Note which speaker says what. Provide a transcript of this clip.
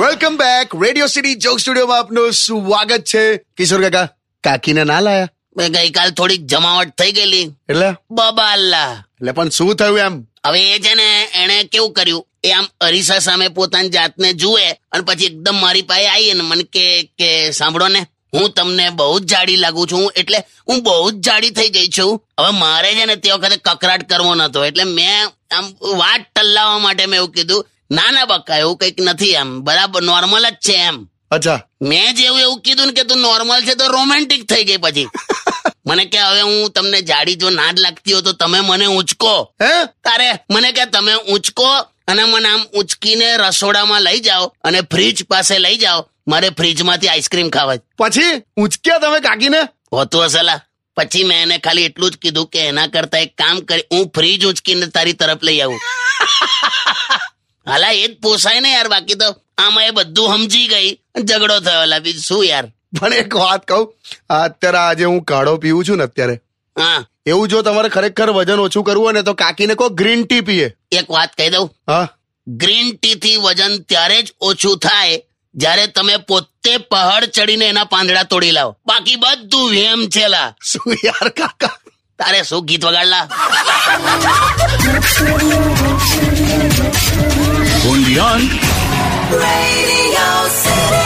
Speaker 1: Welcome back radio city joke સ્ટુડિયોમાં આપનું સ્વાગત છે કિશોર કાકા કાકીને ના લાયા
Speaker 2: મેં ગઈકાલ થોડીક જમાવટ થઈ ગયેલી
Speaker 1: એટલે
Speaker 2: બબાલા
Speaker 1: એટલે પણ શું થયું એમ
Speaker 2: હવે એ છે ને એણે કેવું કર્યું એ આમ અરીસા સામે પોતાની જાતને જુએ અને પછી એકદમ મારી પાસે આવી અને મને કે કે સાંભળો ને હું તમને બહુ જ જાડી લાગુ છું એટલે હું બહુ જ જાડી થઈ ગઈ છું હવે મારે છે ને તે વખતે કકરાટ કરવો નતો એટલે મેં આમ વાત ટલ્લાવા માટે મેં એવું કીધું ના ના બકા એવું કંઈક નથી એમ બરાબર નોર્મલ જ છે એમ
Speaker 1: અચ્છા
Speaker 2: મેં જેવું એવું કીધું ને કે તું નોર્મલ છે તો રોમેન્ટિક થઈ ગઈ પછી મને કે હવે હું તમને જાડી જો ના જ લાગતી હો તો તમે મને ઊંચકો
Speaker 1: હે
Speaker 2: તારે મને કે તમે ઊંચકો અને મને આમ ઊંચકીને રસોડામાં લઈ જાઓ અને ફ્રીજ પાસે લઈ જાઓ મારે ફ્રીજમાંથી આઈસ્ક્રીમ ખાવા છે.
Speaker 1: પછી ઉંચક્યા તમે કાકીને
Speaker 2: હોતું હશે લા પછી મેં એને ખાલી એટલું જ કીધું કે એના કરતા એક કામ કરી હું ફ્રીજ ઉંચકીને તારી તરફ લઈ આવું હાલા એ જ પોસાય ને યાર બાકી તો આમાં એ બધું સમજી ગઈ ઝઘડો થયો લા બીજું શું યાર
Speaker 1: પણ એક વાત કહું આ અત્યારે આજે હું કાઢો પીવું છું ને અત્યારે
Speaker 2: હા
Speaker 1: એવું જો તમારે ખરેખર વજન ઓછું કરવું હોય ને તો કાકીને કહો ગ્રીન ટી પીએ
Speaker 2: એક વાત કહી દઉં
Speaker 1: હા
Speaker 2: ગ્રીન ટી થી વજન ત્યારે જ ઓછું થાય જ્યારે તમે પોતે પહાડ ચડીને એના પાંદડા તોડી લાવો બાકી બધું વેમ છેલા
Speaker 1: શું યાર કાકા
Speaker 2: તારે શું ગીત વગાડલા
Speaker 3: Radio City.